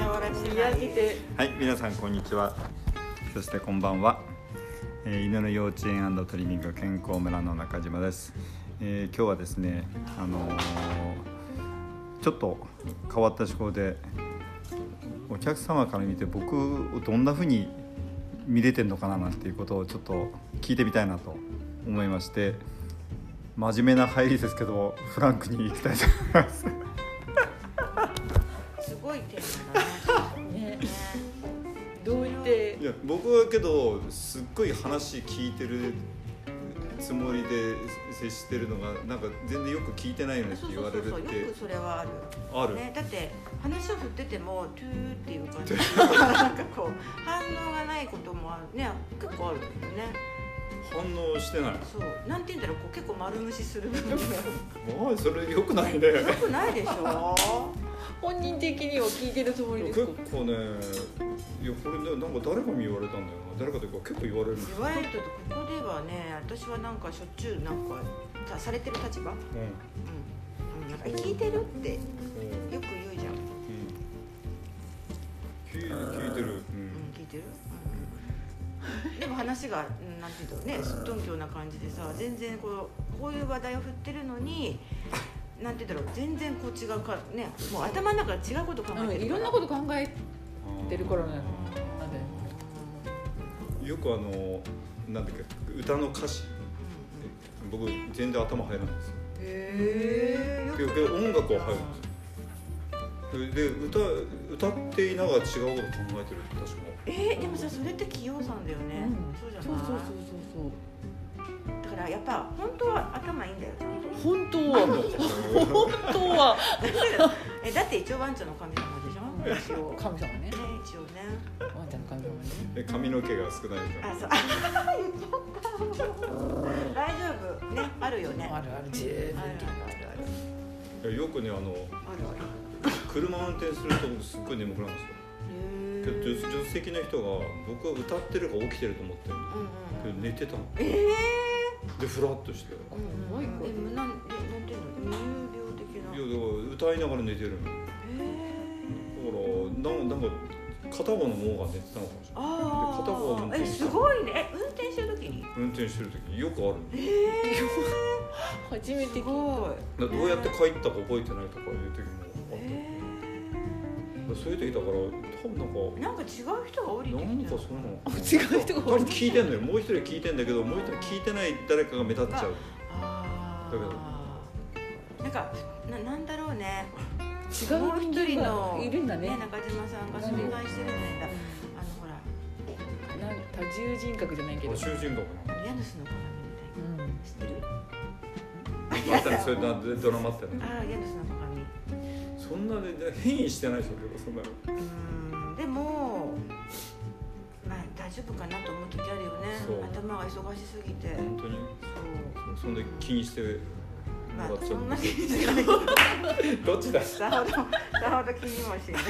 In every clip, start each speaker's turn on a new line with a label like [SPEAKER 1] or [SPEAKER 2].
[SPEAKER 1] 開けて
[SPEAKER 2] はい、皆さんこんにちは。そしてこんばんは。えー犬の幼稚園トリミング健康村の中島です。えー今日はですね、あのーちょっと変わった思考で、お客様から見て僕をどんな風に見れてんのかななんていうことをちょっと聞いてみたいなと思いまして、真面目な入りですけどフランクに行きたいと思います。
[SPEAKER 1] すごいテーマだなねどう言って
[SPEAKER 2] いや僕はけどすっごい話聞いてるつもりで接してるのがなんか全然よく聞いてないよねって
[SPEAKER 1] そう
[SPEAKER 2] 言
[SPEAKER 1] そ
[SPEAKER 2] わ
[SPEAKER 1] う
[SPEAKER 2] れ
[SPEAKER 1] そうそう
[SPEAKER 2] るって
[SPEAKER 1] よくそれはある
[SPEAKER 2] ある、
[SPEAKER 1] ね、だって話を振ってても「トゥー」っていう感じなんかこう反応がないこともあるね結構あるんだよね
[SPEAKER 2] 反応してない
[SPEAKER 1] そうなんて言うんだろうこう結構丸無視する部分が
[SPEAKER 2] おいそれよくないね
[SPEAKER 1] よくないでしょ
[SPEAKER 3] 本人的には聞いてるつもりです
[SPEAKER 2] 結
[SPEAKER 3] か
[SPEAKER 2] 構ねいやこれねなんか誰かに言われたんだよな誰かというか結構言われるんです
[SPEAKER 1] いわゆるとここではね私はなんかしょっちゅうなんかさされてる立場、うん
[SPEAKER 2] うんうん
[SPEAKER 1] うん、なんか聞いてるってよく
[SPEAKER 2] うん
[SPEAKER 1] 言うじゃん、うん、
[SPEAKER 2] 聞い聞いてる、うん
[SPEAKER 1] 聞いてる、うん、でも話がうんなんていうとねすっとんきょうな感じでさ全然こうこういう話題を振ってるのになんて言うんだろう全然こう違うかねもう頭の中で違うこと考
[SPEAKER 3] う
[SPEAKER 1] え
[SPEAKER 3] ん
[SPEAKER 1] てるから
[SPEAKER 3] いろんなこと考え
[SPEAKER 2] あー
[SPEAKER 3] てるからねなんで
[SPEAKER 2] よくあのなんだっけ歌の歌詞僕全然頭入らないです
[SPEAKER 1] へえよ
[SPEAKER 2] けどけど音楽は入るんですよそれで歌歌っていながら違うこと考えてるって確か
[SPEAKER 1] えーでもさそれって器用さんだよね、
[SPEAKER 3] うん
[SPEAKER 1] そうじゃ
[SPEAKER 3] そう
[SPEAKER 1] ない
[SPEAKER 3] そうそうそう
[SPEAKER 1] だからやっぱ本当は頭いいんだ よ
[SPEAKER 3] そう本当は
[SPEAKER 2] に
[SPEAKER 3] 本当は
[SPEAKER 1] えだって一応ワンちゃんの神様でしょ一応ね
[SPEAKER 3] 神様ね
[SPEAKER 1] 一応ね
[SPEAKER 3] ワンちゃんの神様ね
[SPEAKER 2] え髪の毛が少ないから
[SPEAKER 1] あそうあ 言っちゃった大丈夫ねあるよね
[SPEAKER 3] あるある十分
[SPEAKER 1] あるあるある
[SPEAKER 2] いやよくねあの
[SPEAKER 1] ある
[SPEAKER 2] 車運転すると僕すっごい眠くなるんですよ
[SPEAKER 1] へ
[SPEAKER 2] けど助
[SPEAKER 1] ー
[SPEAKER 2] 助手席の人が僕は歌ってるか起きてると思ってる
[SPEAKER 1] うん
[SPEAKER 2] け
[SPEAKER 1] う
[SPEAKER 2] ど
[SPEAKER 1] ん
[SPEAKER 2] 寝てたの
[SPEAKER 1] えー
[SPEAKER 2] でフラッとしていや
[SPEAKER 1] うんうんうんえむなんえなんていうの無病的な
[SPEAKER 2] だから歌いながら寝てるのだか
[SPEAKER 1] え
[SPEAKER 2] らなんなんか片方の脳が寝てたのかもしれないで片方
[SPEAKER 1] あ
[SPEAKER 2] は運
[SPEAKER 1] あ
[SPEAKER 2] 転
[SPEAKER 1] えすごいねえ運転してる時に
[SPEAKER 2] 運転してる時よくあるの
[SPEAKER 1] えー
[SPEAKER 3] 初めて
[SPEAKER 1] す
[SPEAKER 3] 聞い
[SPEAKER 1] ごい
[SPEAKER 2] だからどうやって帰ったか覚えてないとかいう時もあって
[SPEAKER 1] え
[SPEAKER 2] そういう時だから多分なんか
[SPEAKER 1] ーなんか違う人が降りてき
[SPEAKER 2] なん
[SPEAKER 1] て
[SPEAKER 2] か
[SPEAKER 1] る
[SPEAKER 2] そんなの
[SPEAKER 3] あ違う人が
[SPEAKER 2] 多分聞いてんのよもう一人聞いてんだけどもう一人聞いてない誰かが目立っちゃう
[SPEAKER 1] ああなんかななんだろうね
[SPEAKER 3] た違う人がいるんだね
[SPEAKER 1] ね中島さんがそれがしてるのにだあのほら
[SPEAKER 3] なんか多重人格じゃないけど
[SPEAKER 2] あ囚人か
[SPEAKER 1] 家主の鏡みたい
[SPEAKER 3] うん
[SPEAKER 1] な知ってる
[SPEAKER 2] なあったねそれなドラマあったよね
[SPEAKER 1] ああ家主の鏡
[SPEAKER 2] そんなね変異してないでしょ結構そんなの
[SPEAKER 1] うーんでもまあ大丈夫かなと思う時あるよね
[SPEAKER 2] そう
[SPEAKER 1] 頭が忙しすぎて
[SPEAKER 2] 本当に
[SPEAKER 1] そう
[SPEAKER 2] そそんで気にしても
[SPEAKER 1] まあ
[SPEAKER 2] らっちゃ
[SPEAKER 1] そ
[SPEAKER 2] うん
[SPEAKER 1] な気にしないけど
[SPEAKER 2] どっちだ
[SPEAKER 1] さほどさほど気にもしない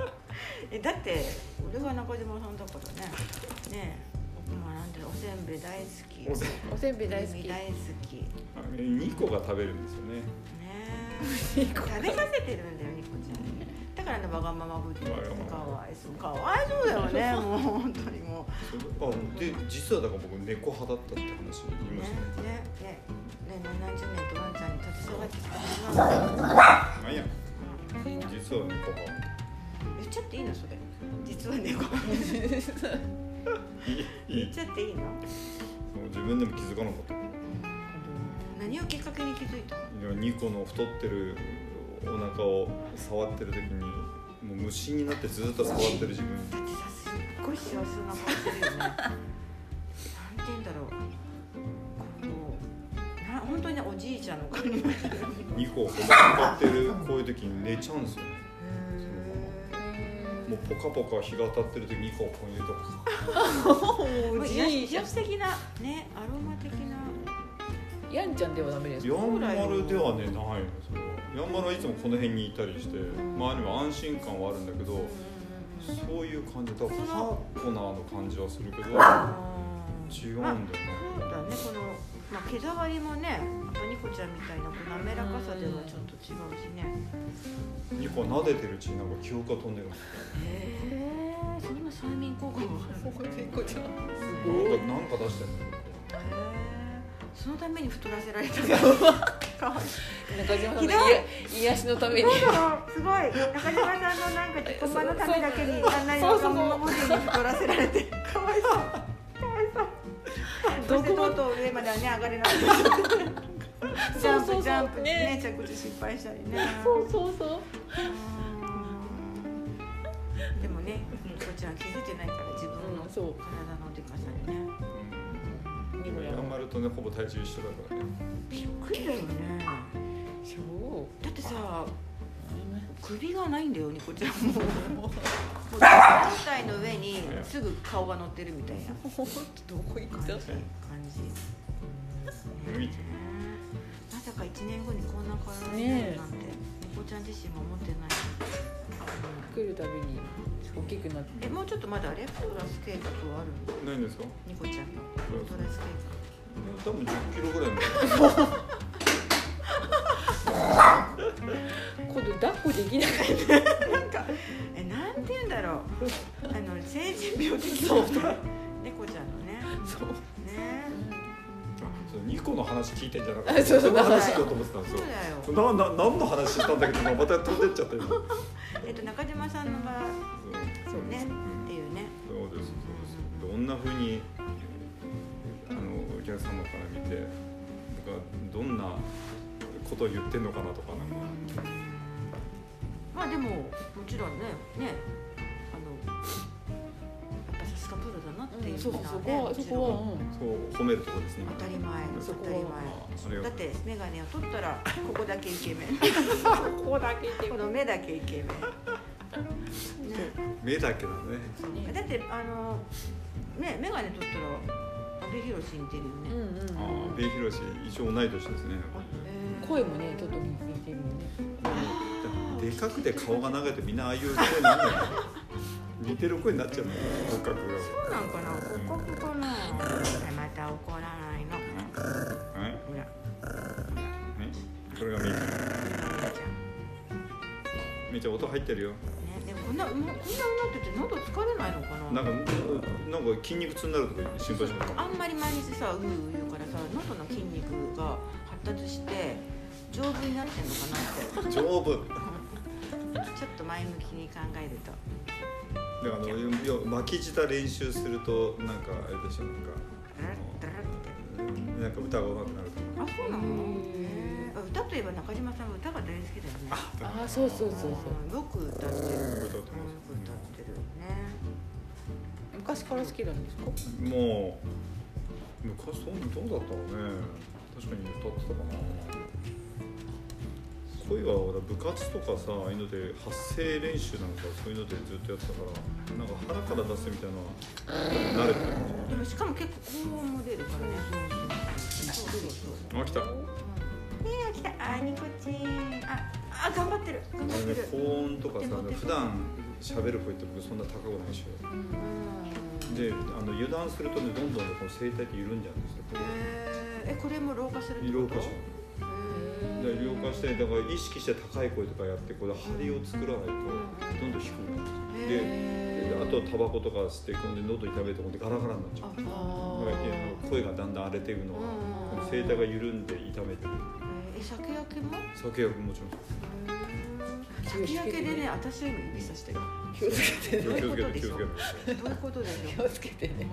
[SPEAKER 1] えだって俺が中島さんだからねねえ僕もなんていうのおせんべい大好き
[SPEAKER 2] おせん
[SPEAKER 3] おせんべい大好
[SPEAKER 1] おせんべい
[SPEAKER 3] き
[SPEAKER 1] 大好きね
[SPEAKER 2] 2個が食べるんですよね
[SPEAKER 1] え食べさせてるんだよニコちゃんにだからあのわがままぶって
[SPEAKER 2] わがまま
[SPEAKER 1] かわいそうかわいそうだよねもう本当にも
[SPEAKER 2] それあで実はだから僕猫派だったって話
[SPEAKER 1] う
[SPEAKER 2] 言
[SPEAKER 1] ね
[SPEAKER 2] いましたね
[SPEAKER 1] ねねね何十年とワンちゃんに携わってきたはずなんだよ
[SPEAKER 2] まあいいや実は猫派
[SPEAKER 1] 言っちゃっていいのそれ実は猫言っちゃっていいの
[SPEAKER 2] そう自分でも気づかなかった
[SPEAKER 1] 何をきっかけに気づいたの
[SPEAKER 2] いやニコの太ってるお腹を触ってる時にもう無心になってずっと触ってる自分
[SPEAKER 1] だってさすっごい幸せな顔するよねなんて言うんだろうこうな本当にねおじいちゃんの感じへ
[SPEAKER 2] ニコをこうやってるこういう時に寝ちゃうんですよねもうポカポカ日が当たってる時にニコをこういうとか
[SPEAKER 3] お
[SPEAKER 1] ー
[SPEAKER 3] じいちゃ
[SPEAKER 1] 癒し的なねアロマ的な
[SPEAKER 3] やんちゃんではダメです
[SPEAKER 2] ヤンマルではねないのそれはヤンマルはいつもこの辺にいたりして周りも安心感はあるんだけどそういう感じだからパートナーの感じはするけど
[SPEAKER 1] あー
[SPEAKER 2] 違うんだよね
[SPEAKER 1] そうだねこのまあ、毛触りもねやっぱニコちゃんみたいなこう滑らかさではちょっと違うしね
[SPEAKER 2] ニコ撫でてるうちになんか記憶が飛んでる
[SPEAKER 1] へえそんな催眠効果もあ るのへ
[SPEAKER 3] ちゃんすご
[SPEAKER 2] ないんかなんか出してる
[SPEAKER 1] えそのために太らせられたかわいい
[SPEAKER 3] 中島さん
[SPEAKER 1] ひ
[SPEAKER 3] の
[SPEAKER 1] どい
[SPEAKER 3] 癒癒しのために
[SPEAKER 1] そうだろうすごい中島さんのなんか自己満のためだけにあんなに若者文字に太らせられてかわいそうかわいそうそしてとうとう上まではね上がれ なくてジャンプジャンプね着地失敗したりね
[SPEAKER 3] そうそうそう
[SPEAKER 1] うんでもねこちら気づいてないから自分の
[SPEAKER 3] うんそう
[SPEAKER 1] 体のでかさにね
[SPEAKER 3] ニコちゃ
[SPEAKER 2] 頑張
[SPEAKER 3] ん
[SPEAKER 2] るとねほぼ体重一緒だからね
[SPEAKER 1] びっくりだよね
[SPEAKER 3] 超
[SPEAKER 1] だってさ首がないんだよニコちゃんももう胴体の上にすぐ顔が乗ってるみたいな
[SPEAKER 3] ほんとどこ行
[SPEAKER 1] 感
[SPEAKER 3] っ
[SPEAKER 1] じ
[SPEAKER 3] た
[SPEAKER 1] 感じねまさか1年後にこんな体になるなんてニコちゃん自身も思ってない
[SPEAKER 3] 来るたびに大きくなって
[SPEAKER 1] えもうちょっとまだあれフトラス計画はあるの
[SPEAKER 2] ないんですか
[SPEAKER 1] ニコちゃんのフトラス計画
[SPEAKER 2] 多分10キロぐらい
[SPEAKER 3] 今度抱っこできない
[SPEAKER 1] えなんて言うんだ ろうあの成人病的な猫ちゃんのね
[SPEAKER 3] そう
[SPEAKER 1] ね
[SPEAKER 2] ニコの話聞いてんじゃなかっ
[SPEAKER 3] あ
[SPEAKER 2] た
[SPEAKER 3] そうそう
[SPEAKER 2] の話しようと思ってたんで
[SPEAKER 1] そうだ
[SPEAKER 2] す
[SPEAKER 1] よ
[SPEAKER 2] よなな何の話したんだけどまた飛んでっちゃったよ
[SPEAKER 1] えっと中島さんの場合
[SPEAKER 2] そ
[SPEAKER 1] そうね
[SPEAKER 2] うん
[SPEAKER 1] っていうね
[SPEAKER 2] そうですそうですどんなふうにあのお客様から見て僕はどんなことを言ってんのかなとかなんか
[SPEAKER 1] まあでももちろんねねあのやっぱさすがプロだなっていう
[SPEAKER 3] そ
[SPEAKER 1] の
[SPEAKER 3] うそこ
[SPEAKER 1] は
[SPEAKER 3] は
[SPEAKER 1] ね
[SPEAKER 3] そ
[SPEAKER 1] もち
[SPEAKER 3] こは
[SPEAKER 1] ろん
[SPEAKER 2] そう褒めるとこですね
[SPEAKER 1] 当たり前当
[SPEAKER 3] そこ
[SPEAKER 1] た
[SPEAKER 3] は
[SPEAKER 1] り
[SPEAKER 2] ああり
[SPEAKER 1] 前
[SPEAKER 2] が
[SPEAKER 1] だ
[SPEAKER 2] と
[SPEAKER 1] っ
[SPEAKER 2] う
[SPEAKER 1] て眼鏡を取った らここだけイケメン
[SPEAKER 3] うんここだけで
[SPEAKER 1] この目だけイケメンね
[SPEAKER 2] 目だけだね
[SPEAKER 1] だってあのね眼鏡取ったら阿部寛似てるよね、
[SPEAKER 3] うんうん
[SPEAKER 2] ああ米広氏一応同い年ですね
[SPEAKER 1] えー
[SPEAKER 3] 声もねちょっと似てるよね
[SPEAKER 2] でかくて顔が長いとみんなああいう声になんだよね似てる声になっちゃうのよ骨格が
[SPEAKER 1] そうなんかな骨格かなはいまた怒らないの
[SPEAKER 2] はい
[SPEAKER 1] ほら
[SPEAKER 2] はいこれがめいちゃ
[SPEAKER 1] ちゃん
[SPEAKER 2] んめいちゃん音入ってるよ
[SPEAKER 1] ねでもこんなもうこんなになってて喉疲れないのかな
[SPEAKER 2] なんかなんか筋肉痛になるとか心配します
[SPEAKER 1] あんまり毎日さううう言うからさ喉の筋肉が発達して丈夫になってんのかなって
[SPEAKER 2] 丈夫
[SPEAKER 1] ちょっと前向きに考えると
[SPEAKER 2] だからあのいや巻き舌練習するとなんかあれでしょなんか
[SPEAKER 1] ダラッダラッって
[SPEAKER 2] なんか歌が上手くなると
[SPEAKER 1] あそうなの
[SPEAKER 3] うん
[SPEAKER 1] へーあ歌といえば中島さんは歌が大好きだよね
[SPEAKER 2] か
[SPEAKER 3] ああそうそうそうそう
[SPEAKER 1] うんよく歌ってる
[SPEAKER 2] よく歌ってます
[SPEAKER 1] よく歌ってるよね
[SPEAKER 3] 昔から好きなんですか
[SPEAKER 2] もう昔どうどうだったろうね確かに歌ってたかな恋はほら部活とかさああいうので発声練習なんかそういうのでずっとやってたからなんか腹から出すみたいなのは慣れてる
[SPEAKER 1] でもしかも結構高音も出るからねそうそうそう
[SPEAKER 2] あ来た
[SPEAKER 1] ねえ来たあニコちんああ頑張ってる頑張
[SPEAKER 2] あ
[SPEAKER 1] って
[SPEAKER 2] れ
[SPEAKER 1] る
[SPEAKER 2] ね高音とかさ普段喋る声って僕そんな高くないでしょ
[SPEAKER 1] うん
[SPEAKER 2] であの油断するとねどんどんねこの声帯って緩んじゃうんですよ
[SPEAKER 1] へーえこれも老化するって
[SPEAKER 2] 老
[SPEAKER 1] こと
[SPEAKER 2] 化し
[SPEAKER 1] へ
[SPEAKER 2] で老化してだから意識して高い声とかやってこれ張りを作らないとどんどん低くなる
[SPEAKER 1] ー
[SPEAKER 2] で
[SPEAKER 1] へ
[SPEAKER 2] で
[SPEAKER 1] ー
[SPEAKER 2] あとタバコとか吸って込んで喉痛めてほんでガラガラになっちゃ
[SPEAKER 1] あ
[SPEAKER 2] う
[SPEAKER 3] あ
[SPEAKER 2] だからいや声がだんだん荒れていくのは
[SPEAKER 1] うんうんうん
[SPEAKER 2] 声帯が緩んで痛めてる
[SPEAKER 1] え酒焼けも
[SPEAKER 2] 酒薬もちろん
[SPEAKER 1] 酒焼けでね私は今指さしてる
[SPEAKER 3] 気をつけて
[SPEAKER 2] 気
[SPEAKER 1] ど
[SPEAKER 2] を
[SPEAKER 1] う
[SPEAKER 2] 気
[SPEAKER 1] いう
[SPEAKER 2] を
[SPEAKER 1] こ
[SPEAKER 2] つ
[SPEAKER 1] とで
[SPEAKER 2] けて気
[SPEAKER 1] し
[SPEAKER 2] を
[SPEAKER 1] ょ
[SPEAKER 2] つ
[SPEAKER 1] う
[SPEAKER 2] けて
[SPEAKER 1] どういうことでしょう
[SPEAKER 3] 気をつけてね
[SPEAKER 1] ね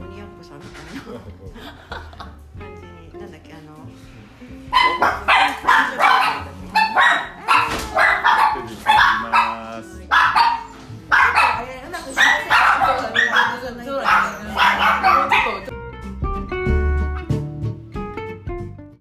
[SPEAKER 1] 鬼奴さんみたいな
[SPEAKER 2] あ